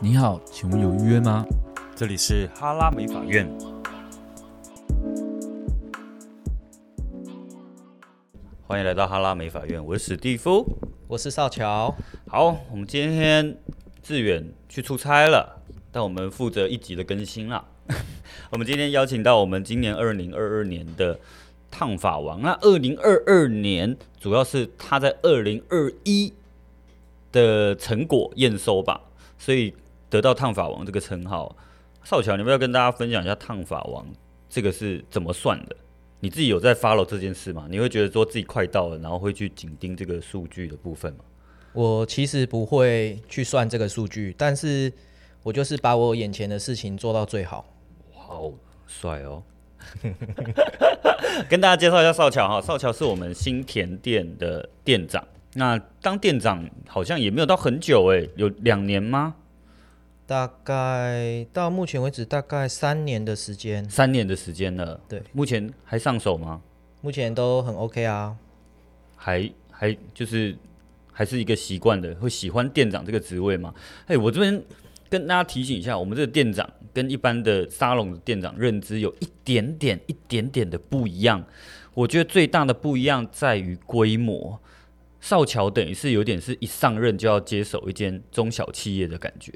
你好，请问有预约吗？这里是哈拉美法院。欢迎来到哈拉美法院，我是史蒂夫。我是少乔，好，我们今天志远去出差了，但我们负责一集的更新啦。 我们今天邀请到我们今年二零二二年的烫发王。那二零二二年主要是他在二零二一的成果验收吧，所以得到烫发王这个称号。少乔，你要不要跟大家分享一下烫发王这个是怎么算的？你自己有在 follow 这件事吗？你会觉得说自己快到了，然后会去紧盯这个数据的部分吗？我其实不会去算这个数据，但是我就是把我眼前的事情做到最好。好帅哦！ 跟大家介绍一下少乔哈，少乔是我们新田店的店长。那当店长好像也没有到很久哎、有两年吗？大概到目前为止，大概三年的时间，三年的时间了。对，目前还上手吗？目前都很 OK 啊。还还就是还是一个习惯的，会喜欢店长这个职位吗？哎、我这边跟大家提醒一下，我们这个店长跟一般的沙龙的店长认知有一点点、一点点的不一样。我觉得最大的不一样在于规模。少乔等于是有点是一上任就要接手一间中小企业的感觉。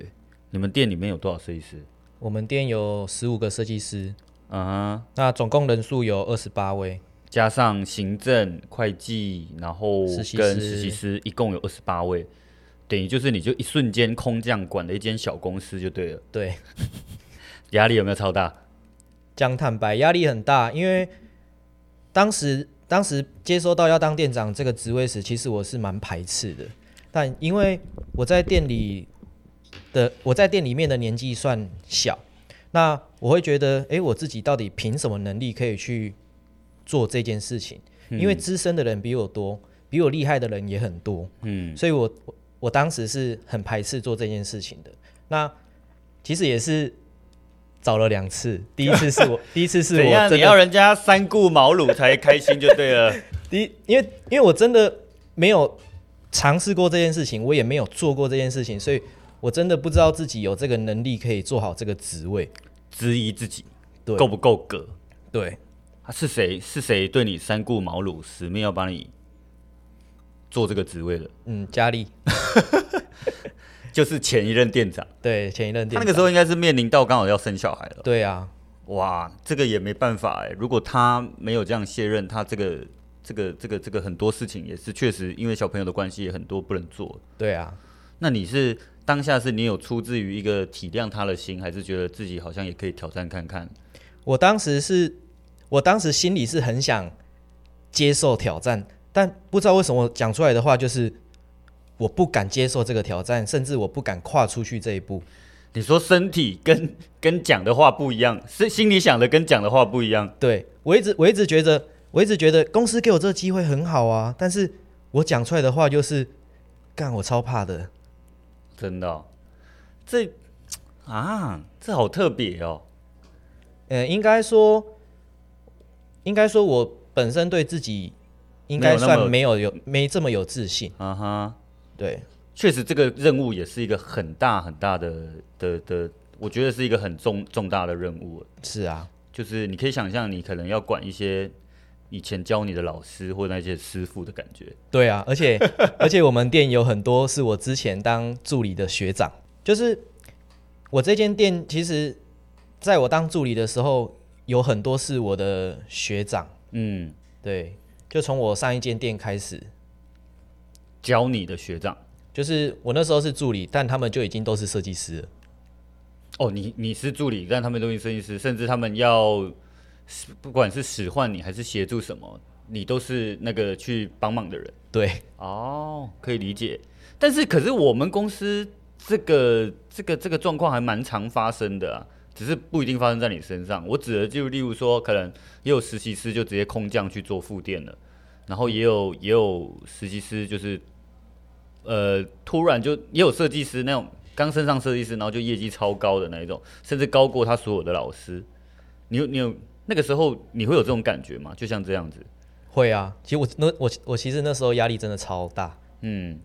你们店里面有多少设计师？我们店有十五个设计师，嗯哼，那总共人数有二十八位。加上行政、会计，然后实习跟师实习师，一共有二十八位，等于就是你就一瞬间空降管了一间小公司就对了，对，压力有没有超大？讲坦白，压力很大，因为当时当时接收到要当店长这个职位时，其实我是蛮排斥的，但因为我在店里的我在店里面的年纪算小，那我会觉得，诶，我自己到底凭什么能力可以去做这件事情？嗯因为资深的人比我多，比我厉害的人也很多，嗯，所以我我我当时是很排斥做这件事情的。那其实也是找了两次，第一次是 我，第一次是怎我样？真你要的，人家三顾茅庐才开心就对了。第一因为因为我真的没有尝试过这件事情，我也没有做过这件事情，所以我真的不知道自己有这个能力可以做好这个职位。 质疑自己对够不够格？对，啊是谁？是谁对你三顾茅庐，使命要帮你做这个职位的？嗯，佳丽，就是前一任店长，对前一任他店那个时候，候应该是面临到刚好要生小孩了。对啊，哇，这个也没办法哎。如果他没有这样卸任，他这个这个这个这个很多事情也是确实因为小朋友的关系，也很多不能做。对啊，那你是当下是你有出自于一个体谅他的心，还是觉得自己好像也可以挑战看看？我当时是，我当时心里是很想接受挑战，但不知道为什么我讲出来的话就是我不敢接受这个挑战，甚至我不敢跨出去这一步。你说身体跟 跟讲的话不一样，是心里想的跟讲的话不一样。对我一直我一直觉得，我一直觉得公司给我这个机会很好啊，但是我讲出来的话就是，干我超怕的。真的哦、这啊，这好特别哦。呃，应该说，应该说我本身对自己应该没有那算么没有有没这么有自信，啊哈，对。确实这个任务也是一个很大很大的的的，我觉得是一个很重重大的任务。是啊，就是你可以想象，你可能要管一些以前教你的老师或那些师傅的感觉。对啊，而且 而且我们店有很多是我之前当助理的学长，就是我这间店其实在我当助理的时候，有很多是我的学长，嗯，对，就从我上一间店开始，教你的学长。就是我那时候是助理，但他们就已经都是设计师了，哦，你你是助理，但他们都是设计师，甚至他们要不管是使唤你还是协助什么，你都是那个去帮忙的人。对，哦，可以理解。但是，可是我们公司这个这个这个状况还蛮常发生的啊，只是不一定发生在你身上。我指的就例如说，可能也有实习师就直接空降去做副店了，然后也有也有实习师就是，呃，突然就也有设计师那种刚升上设计师，然后就业绩超高的那一种，甚至高过他所有的老师。你有你有那个时候你会有这种感觉吗？就像这样子，会啊，其实我那我我其实那时候压力真的超大，嗯，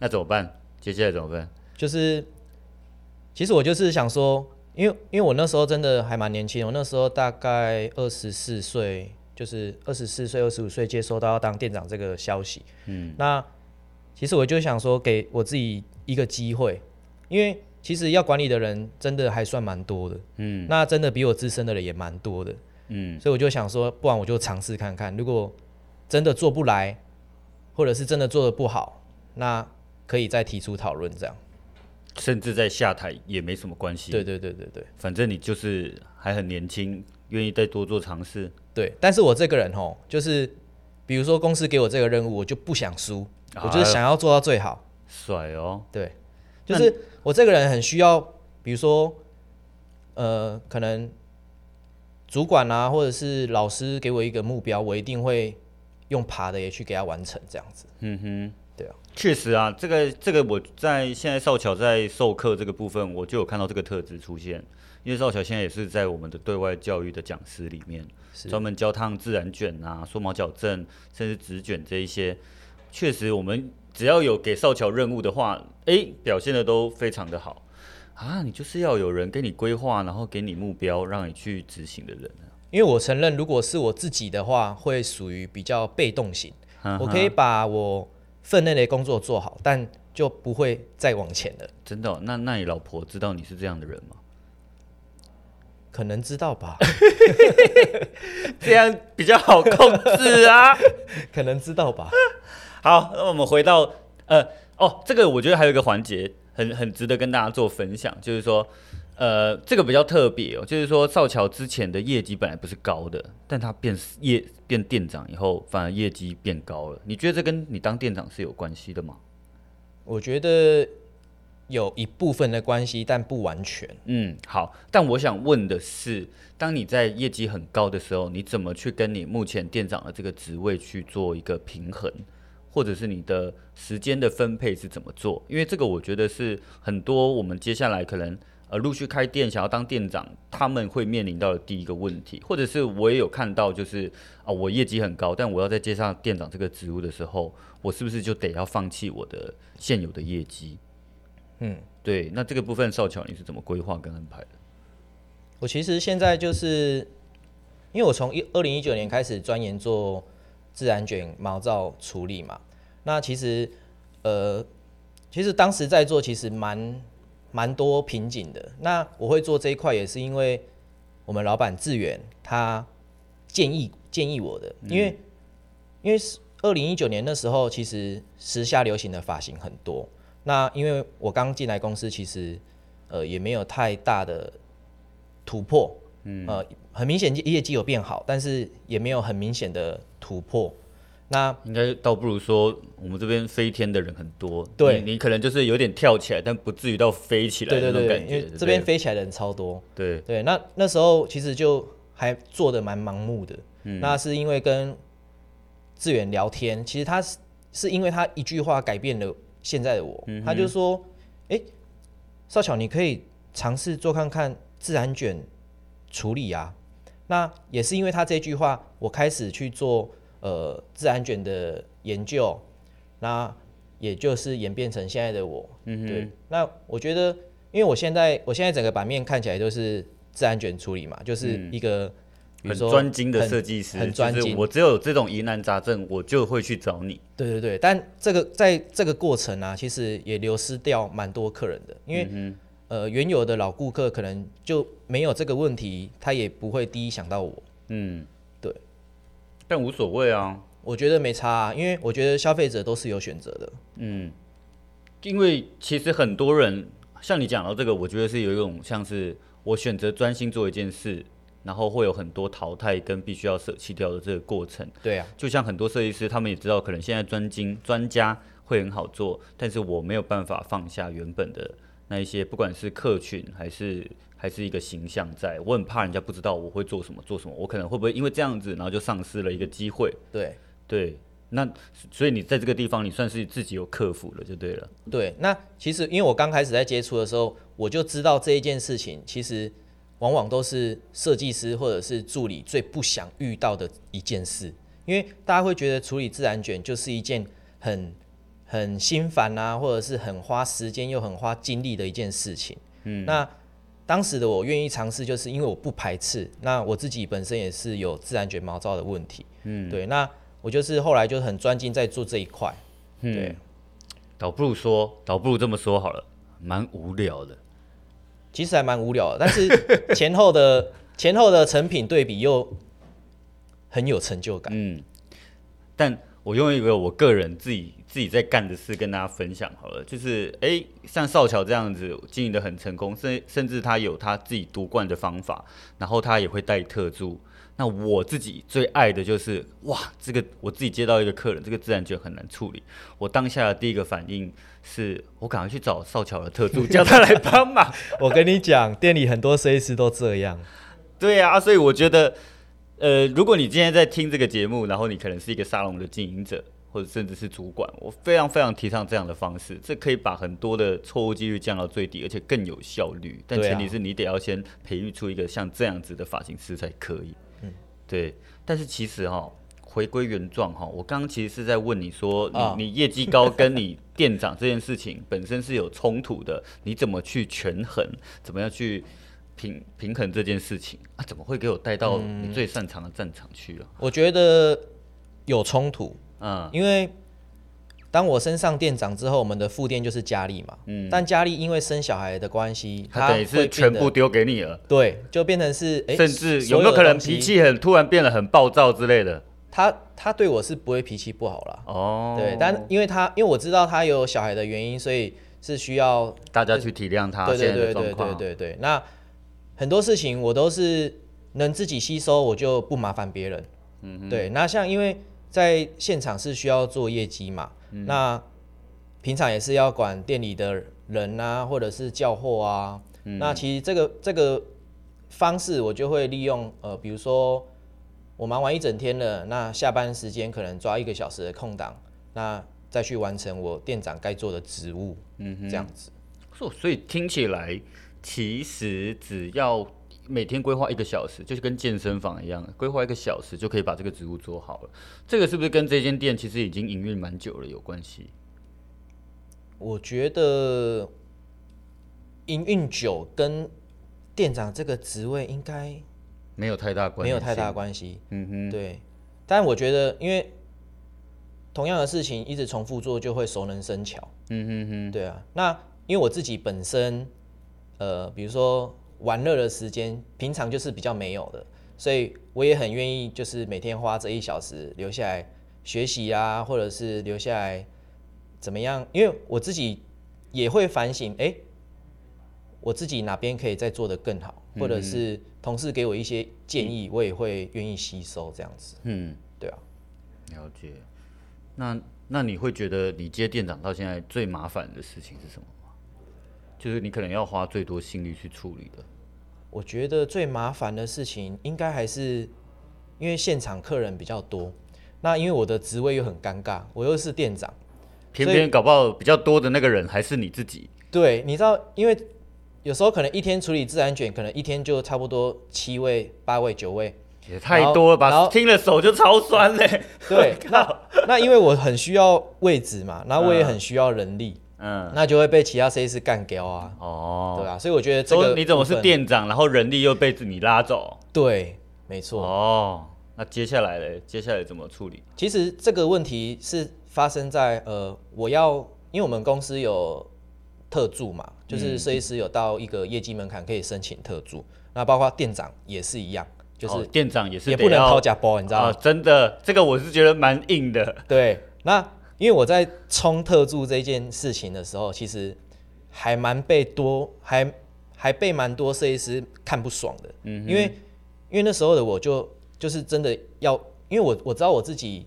那怎么办？接下来怎么办？就是其实我就是想说，因为因为我那时候真的还蛮年轻，我那时候大概二十四岁，就是二十四岁、二十五岁接收到要当店长这个消息。嗯，那其实我就想说，给我自己一个机会，因为其实要管理的人真的还算蛮多的，嗯那真的比我资深的人也蛮多的，嗯所以我就想说，不然我就尝试看看，如果真的做不来，或者是真的做的不好，那可以再提出讨论这样。甚至在下台也没什么关系。对，对对对对。反正你就是还很年轻，愿意再多做尝试。对，但是我这个人吼，就是比如说公司给我这个任务，我就不想输，我哎就是想要做到最好。啊帅哦，对，就是我这个人很需要，比如说，呃，可能主管啊，或者是老师给我一个目标，我一定会用爬的也去给他完成，这样子。嗯哼，对啊，确实啊，这个这个我在现在少乔在授课这个部分，我就有看到这个特质出现，因为少乔现在也是在我们的对外教育的讲师里面，是专门教烫自然卷啊、缩毛矫正，甚至直卷这一些，确实我们只要有给少乔任务的话，诶，表现的都非常的好啊，你就是要有人给你规划，然后给你目标，让你去执行的人啊。因为我承认，如果是我自己的话，会属于比较被动型，哈哈我可以把我分内的工作做好，但就不会再往前了。真的哦、那那你老婆知道你是这样的人吗？ 可能知道吧，这样比较好控制啊。可能知道吧。好，那我们回到呃，哦，这个我觉得还有一个环节很很值得跟大家做分享，就是说，呃，这个比较特别哦，就是说少乔之前的业绩本来不是高的，但他变业变店长以后，反而业绩变高了。你觉得这跟你当店长是有关系的吗？我觉得有一部分的关系，但不完全。嗯，好。但我想问的是，当你在业绩很高的时候，你怎么去跟你目前店长的这个职位去做一个平衡，或者是你的时间的分配是怎么做？因为这个我觉得是很多我们接下来可能呃陆续开店想要当店长，他们会面临到的第一个问题，或者是我也有看到就是啊、我业绩很高，但我要在接上店长这个职务的时候，我是不是就得要放弃我的现有的业绩？嗯，对，那这个部分少乔你是怎么规划跟安排的？我其实现在就是，因为我从一二零一九年开始钻研做自然卷毛躁处理嘛，那其实呃，其实当时在做其实蛮蛮多瓶颈的。那我会做这一块也是因为我们老板志远他建议建议我的，因为、因为是二零一九年那时候，其实时下流行的发型很多。那因为我刚进来公司，其实呃也没有太大的突破，嗯，呃，很明显业绩有变好，但是也没有很明显的突破。那应该倒不如说，我们这边飞天的人很多，对你，你可能就是有点跳起来，但不至于到飞起来对的对那种对感对觉。，因为不这边飞起来的人超多。对，对，那那时候其实就还做的蛮盲目的，嗯那是因为跟志远聊天，其实他是是因为他一句话改变了现在的我，嗯他就说，哎、少巧，你可以尝试做看看自然卷处理啊。那也是因为他这句话，我开始去做呃自然卷的研究，那也就是演变成现在的我。嗯对。那我觉得，因为我现在我现在整个版面看起来都是自然卷处理嘛，就是一个、嗯比如很说专精的很设计师，很专就是精我只有有这种疑难杂症，我就会去找你。对对对，但这个在这个过程啊，其实也流失掉蛮多客人的，因为、嗯呃原有的老顾客可能就没有这个问题，他也不会第一想到我。嗯，对，但无所谓啊。我觉得没差、啊，因为我觉得消费者都是有选择的。嗯，因为其实很多人像你讲到这个，我觉得是有一种像是我选择专心做一件事，然后会有很多淘汰跟必须要舍弃掉的这个过程。对啊，就像很多设计师，他们也知道，可能现在专精专家会很好做，但是我没有办法放下原本的那一些，不管是客群还是还是一个形象在，我很怕人家不知道我会做什么做什么，我可能会不会因为这样子，然后就丧失了一个机会？对对，那所以你在这个地方，你算是自己有克服了，就对了。对。那其实因为我刚开始在接触的时候，我就知道这一件事情，其实往往都是设计师或者是助理最不想遇到的一件事，因为大家会觉得处理自然卷就是一件很很心烦啊，或者是很花时间又很花精力的一件事情。嗯那当时的我愿意尝试，就是因为我不排斥。那我自己本身也是有自然卷毛躁的问题，嗯，对。那我就是后来就很专精在做这一块，嗯对。倒不如说，倒不如这么说好了，蛮无聊的。其实还蛮无聊的，但是 前后的前后的成品对比又很有成就感。嗯，但我用一个我个人自己自己在干的事跟大家分享好了，就是哎、诶像少乔这样子经营的很成功，甚甚至他有他自己独冠的方法，然后他也会带特助。那我自己最爱的就是哇，这个我自己接到一个客人，这个自然卷很难处理，我当下的第一个反应是我赶快去找少乔的特助，叫他来帮忙。我跟你讲，店里很多设计师都这样。对啊，所以我觉得，呃，如果你今天在听这个节目，然后你可能是一个沙龙的经营者，或者甚至是主管，我非常非常提倡这样的方式，这可以把很多的错误几率降到最低，而且更有效率。但对啊前提是你得要先培育出一个像这样子的发型师才可以。嗯对。但是其实哈、回归原状哈、我刚刚其实是在问你说，你、啊你业绩高跟你店长这件事情本身是有冲突的，你怎么去权衡？怎么样去平平衡这件事情啊？怎么会给我带到你最擅长的战场去了？我觉得有冲突，嗯因为当我升上店长之后，我们的副店就是佳丽嘛。嗯，但佳丽因为生小孩的关系，他等于会是变全部得丢给你了，对，就变成是哎，甚至所有没有可的能东西脾？气很突然变得很暴躁之类的？他他对我是不会脾气不好啦。哦，对，但因为他因为我知道他有小孩的原因，所以是需要大家去体谅他对对现在对的状对对况。对对。那很多事情我都是能自己吸收，我就不麻烦别人。嗯，对。那像因为在现场是需要做业绩嘛，嗯那平常也是要管店里的人啊，或者是叫货啊。嗯那其实这个这个方式，我就会利用呃，比如说我忙完一整天了，那下班时间可能抓一个小时的空档，那再去完成我店长该做的职务，嗯哼，这样子。所所以听起来，其实只要每天规划一个小时，就是跟健身房一样，规划一个小时就可以把这个职务做好了。这个是不是跟这间店其实已经营运蛮久了有关系？我觉得营运九跟店长这个职位应该没有太大关，没有太大。关系，嗯哼，对。但我觉得，因为同样的事情一直重复做，就会熟能生巧，嗯哼哼，对啊。那因为我自己本身，呃，比如说玩乐的时间，平常就是比较没有的，所以我也很愿意，就是每天花这一小时留下来学习啊，或者是留下来怎么样？因为我自己也会反省，哎、我自己哪边可以再做得更好，或者是同事给我一些建议，我也会愿意吸收这样子，嗯，对啊。了解。那那你会觉得你接店长到现在最麻烦的事情是什么吗？就是你可能要花最多心力去处理的。我觉得最麻烦的事情应该还是因为现场客人比较多，那因为我的职位又很尴尬，我又是店长，偏偏搞不好比较多的那个人还是你自己，对，你知道，因为有时候可能一天处理自然卷，可能一天就差不多七位、八位、九位，也太多了然吧？后听了手就超酸嘞、 对，那那因为我很需要位置嘛，然后我也很需要人力，嗯，那就会被其他 C 师干掉啊，哦，对啊，所以我觉得这说个你怎么部是分？店长，然后人力又被你拉走？对，没错。哦，那接下来嘞，接下来怎么处理？其实这个问题是发生在呃，我要因为我们公司有特助嘛，嗯就是设计师有到一个业绩门槛可以申请特助，那包括店长也是一样，就哦是店长也是也得不能要掏假包，你知道吗？啊真的，这个我是觉得蛮硬的。对，那因为我在冲特助这件事情的时候，其实还蛮被多还还被蛮多设计师看不爽的，嗯因为因为那时候的我就就是真的要，因为我我知道我自己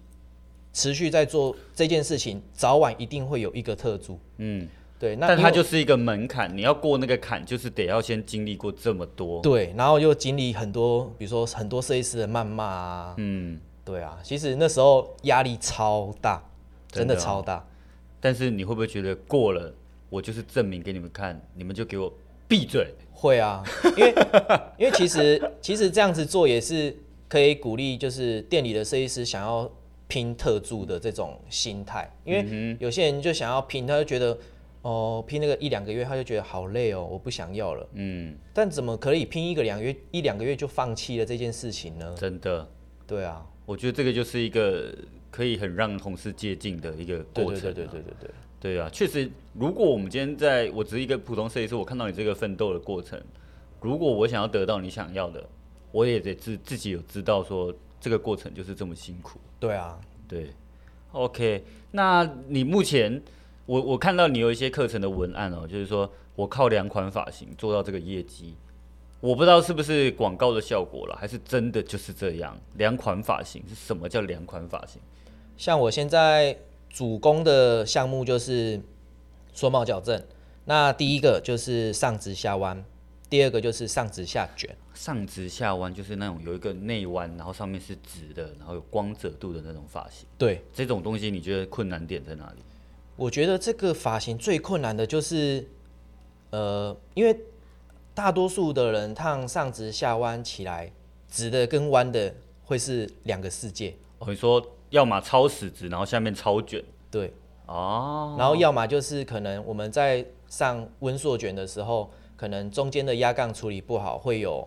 持续在做这件事情，早晚一定会有一个特助，嗯，对，那但因它为就是一个门槛，你要过那个坎，就是得要先经历过这么多。对，然后又经历很多，比如说很多设计师的谩骂啊，嗯，对啊，其实那时候压力超大，真的真的哦超大，但是你会不会觉得过了，我就是证明给你们看，你们就给我闭嘴？会啊，因 为因为其实其实这样子做也是可以鼓励，就是店里的设计师想嗯要拼特助的这种心态，因为有些人就想要拼，他就觉得哦拼那个一两个月，他就觉得好累哦，我不想要了。嗯，但怎么可以拼一个两个月一两个月就放弃了这件事情呢？真的，对啊，我觉得这个就是一个可以很让同事接近的一个对过程、啊。对对对对对对，对啊，确实，如果我们今天在我只是一个普通设计师，我看到你这个奋斗的过程，如果我想要得到你想要的，我也得自自己有知道说这个过程就是这么辛苦。对啊，对，OK，那你目前我我看到你有一些课程的文案哦，就是说我靠两款发型做到这个业绩，我不知道是不是广告的效果了，还是真的就是这样。两款发型是什么叫两款发型？像我现在主攻的项目就是缩帽矫正，那第一个就是上直下弯，第二个就是上直下卷。上直下弯就是那种有一个内弯，然后上面是直的，然后有光泽度的那种发型。对，这种东西你觉得困难点在哪里？我觉得这个发型最困难的就是，呃，因为大多数的人烫上直下弯起来，直的跟弯的会是两个世界。哦，你说要么超死直，然后下面超卷对，哦，然后要么就是可能我们在上温缩卷的时候，可能中间的压杠处理不好，会有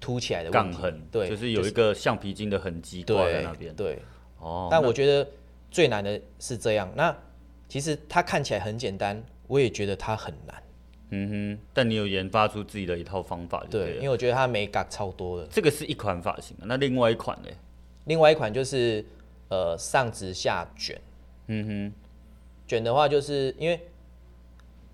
凸起来的问杠题痕，对，就是有一个橡皮筋的痕迹挂在对那边。对。哦，但那我觉得最难的是这样。那其实它看起来很简单，我也觉得它很难。嗯哼，但你有研发出自己的一套方法就对，了因为我觉得它美感超多的。这个是一款发型，啊那另外一款呢？另外一款就是呃上直下卷，嗯卷的话就是因为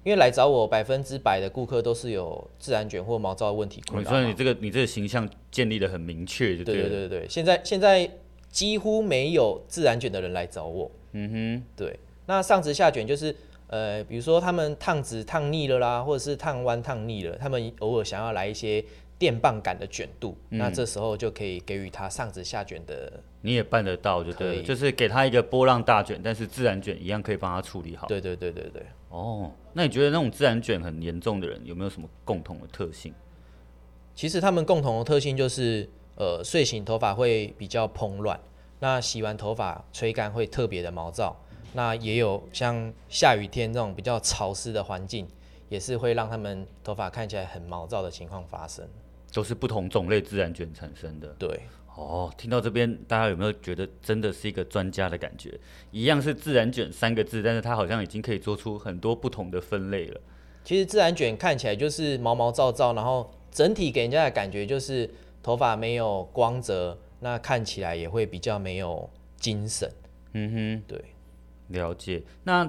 因为来找我百分之百的顾客都是有自然卷或毛躁问题哼，困你扰说嘛。你哦这个你这个形象建立的很明确，就对了对对对，现在现在几乎没有自然卷的人来找我。嗯对，那上直下卷就是呃，比如说他们烫直烫腻了啦，或者是烫弯烫腻了，他们偶尔想要来一些电棒感的卷度，那这时候就可以给予他上直下卷的哼，你也办得到，就可对了，以就是给他一个波浪大卷，但是自然卷一样可以帮他处理好。对对对对对，哦，那你觉得那种自然卷很严重的人有没有什么共同的特性？其实他们共同的特性就是，呃，睡醒头发会比较蓬乱，那洗完头发吹干会特别的毛躁，那也有像下雨天这种比较潮湿的环境，也是会让他们头发看起来很毛躁的情况发生。都是不同种类自然卷产生的。对，哦，听到这边，大家有没有觉得真的是一个专家的感觉？一样是自然卷三个字，但是它好像已经可以做出很多不同的分类了。其实自然卷看起来就是毛毛躁躁，然后整体给人家的感觉就是头发没有光泽，那看起来也会比较没有精神。嗯对。哼，了解。那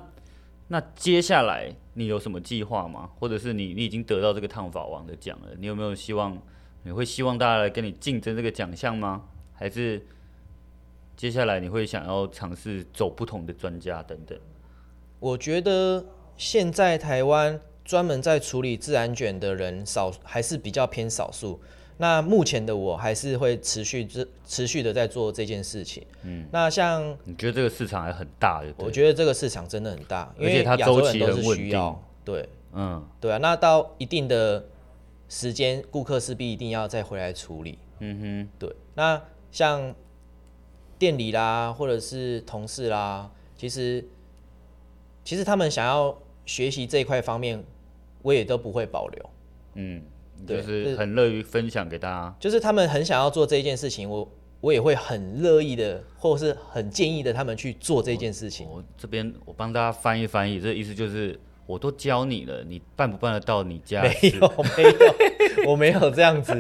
那接下来你有什么计划吗？或者是你你已经得到这个烫发王的奖了，你有没有希望？你会希望大家来跟你竞争这个奖项吗？还是接下来你会想要尝试走不同的专家等等？我觉得现在台湾专门在处理自然卷的人少，还是比较偏少数。那目前的我还是会持续这嗯持续的在做这件事情。嗯，那像你觉得这个市场还很大，对不对？我觉得这个市场真的很大，因而且为它亚洲周期人都很是稳需定要。对嗯。对啊，那到一定的时间，顾客势必一定要再回来处理。嗯对，那像店里啦，或者是同事啦，其实其实他们想要学习这一块方面，我也都不会保留。哼，嗯，就对是是很乐于分享给大家。就是他们很想要做这一件事情，我我也会很乐意的，或是很建议的他们去做这件事情。我这边我帮大家翻译翻译，这意思就是我都教你了，你办不办得到你家的没事？有没有，我没有这 样子。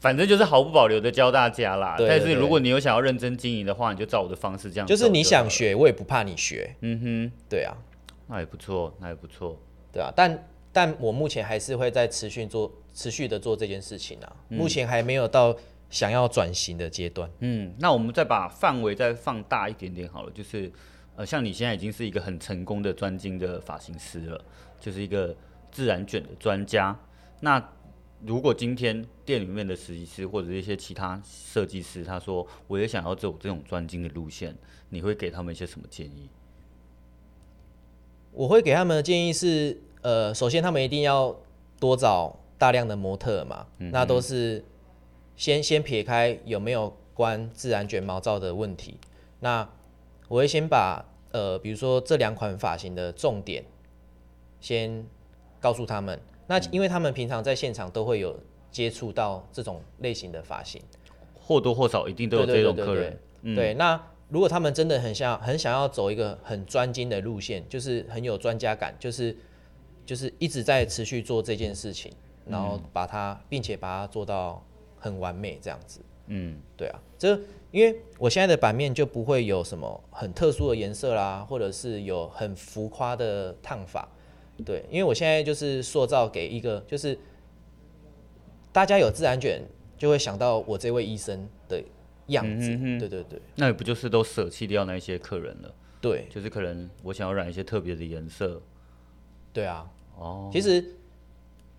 反正就是毫不保留的教大家啦。对对但是对如果你有想要认真经营的话，你就照我的方式这样走就好了。是你想学，我也不怕你学。嗯对啊，哼，那也不错，那也不错。对啊，但但我目前还是会在持续做持续的做这件事情啊，目前还没有到想要转型的阶段。嗯，那我们再把范围再放大一点点好了，就是呃，像你现在已经是一个很成功的专精的发型师了，就是一个自然卷的专家。那如果今天店里面的实习师或者是一些其他设计师，他说我也想要走这种专精的路线，你会给他们一些什么建议？我会给他们的建议是，呃，首先他们一定要多找大量的模特儿嘛，那都是先先撇开有没有关自然卷毛躁的问题，那我会先把呃，比如说这两款发型的重点，先告诉他们。那因为他们平常在现场都会有接触到这种类型的发型，或多或少一定都有对这对种对客对人。嗯对，那如果他们真的很想很想要走一个很专精的路线，就是很有专家感，就是就是一直在持续做这件事情，然后把它，并且把它做到很完美这样子。嗯，对啊，这因为我现在的版面就不会有什么很特殊的颜色啦，或者是有很浮夸的烫法，对，因为我现在就是塑造给一个就是大家有自然卷就会想到我这位医生的样子，嗯哼哼对对对那也不就是都舍弃掉那一些客人了？对就是可能我想要染一些特别的颜色对啊，哦，其实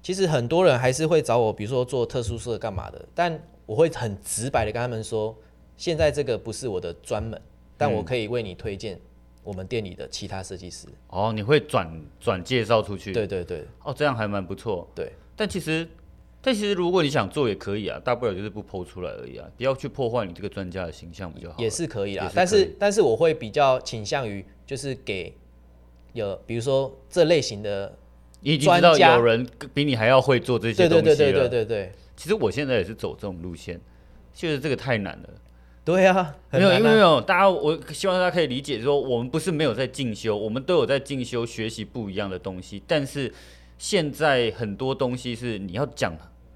其实很多人还是会找我，比如说做特殊色干嘛的，但我会很直白的跟他们说，现在这个不是我的专门，但嗯我可以为你推荐我们店里的其他设计师。哦，你会转转介绍出去？对对对哦，这样还蛮不错。对但其实，但其实如果你想做也可以啊，大不了就是不剖出来而已啊，不要去破坏你这个专家的形象不就好了？也是可以啦，也是但可以是但是我会比较倾向于就是给有比如说这类型的，你已经知道专家有人比你还要会做这些对东对西啊了。对对对对对其实我现在也是走这种路线，就是这个太难了。 对啊，很没有，难因为啊没有大家，我希望大家可以理解说，我们不是没有在进修，我们都有在进修学习不一样的东西。但是现在很多东西是你要讲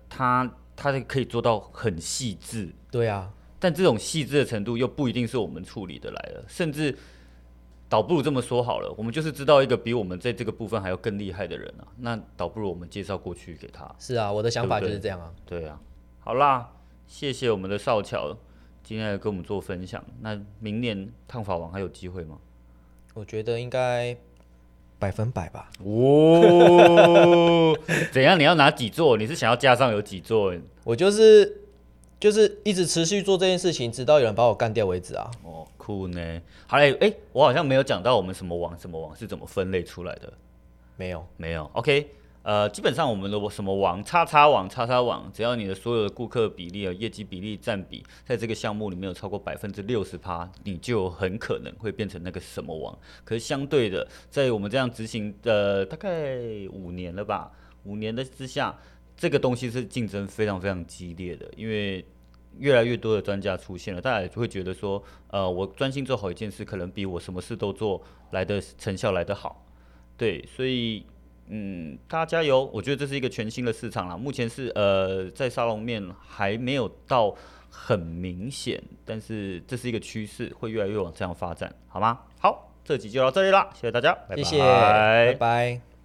它，它可以做到很细致，对啊，但这种细致的程度又不一定是我们处理的来了，甚至倒不如这么说好了，我们就是知道一个比我们在这个部分还要更厉害的人啊，那倒不如我们介绍过去给他。是啊，我的想法对不就对是这样啊，对啊，好啦，谢谢我们的少乔今天来跟我们做分享。那明年烫发王还有机会吗？我觉得应该百分百吧，哦， 怎样？你要拿几座？你是想要加上有几座？我就是就是一直持续做这件事情，直到有人把我干掉为止啊。哦，酷呢。好嘞，哎、我好像没有讲到我们什么王什么王是怎么分类出来的。没有，没有，OK，呃，基本上我们的什么网、叉叉网、叉叉网，只要你的所有的顾客比例啊、业绩比例占比在这个项目里面有超过百分之六十趴，你就很可能会变成那个什么网。可是相对的，在我们这样执行的大概五年了吧，五年的之下，这个东西是竞争非常非常激烈的，因为。越来越多的专家出现了，大家也会觉得说，呃，我专心做好一件事，可能比我什么事都做来的成效来得好。对，所以嗯，大家加油！我觉得这是一个全新的市场啦。目前是呃，在沙龙面还没有到很明显，但是这是一个趋势，会越来越往这样发展，好吗？好，这集就到这里啦，谢谢大家，拜拜谢谢，拜拜。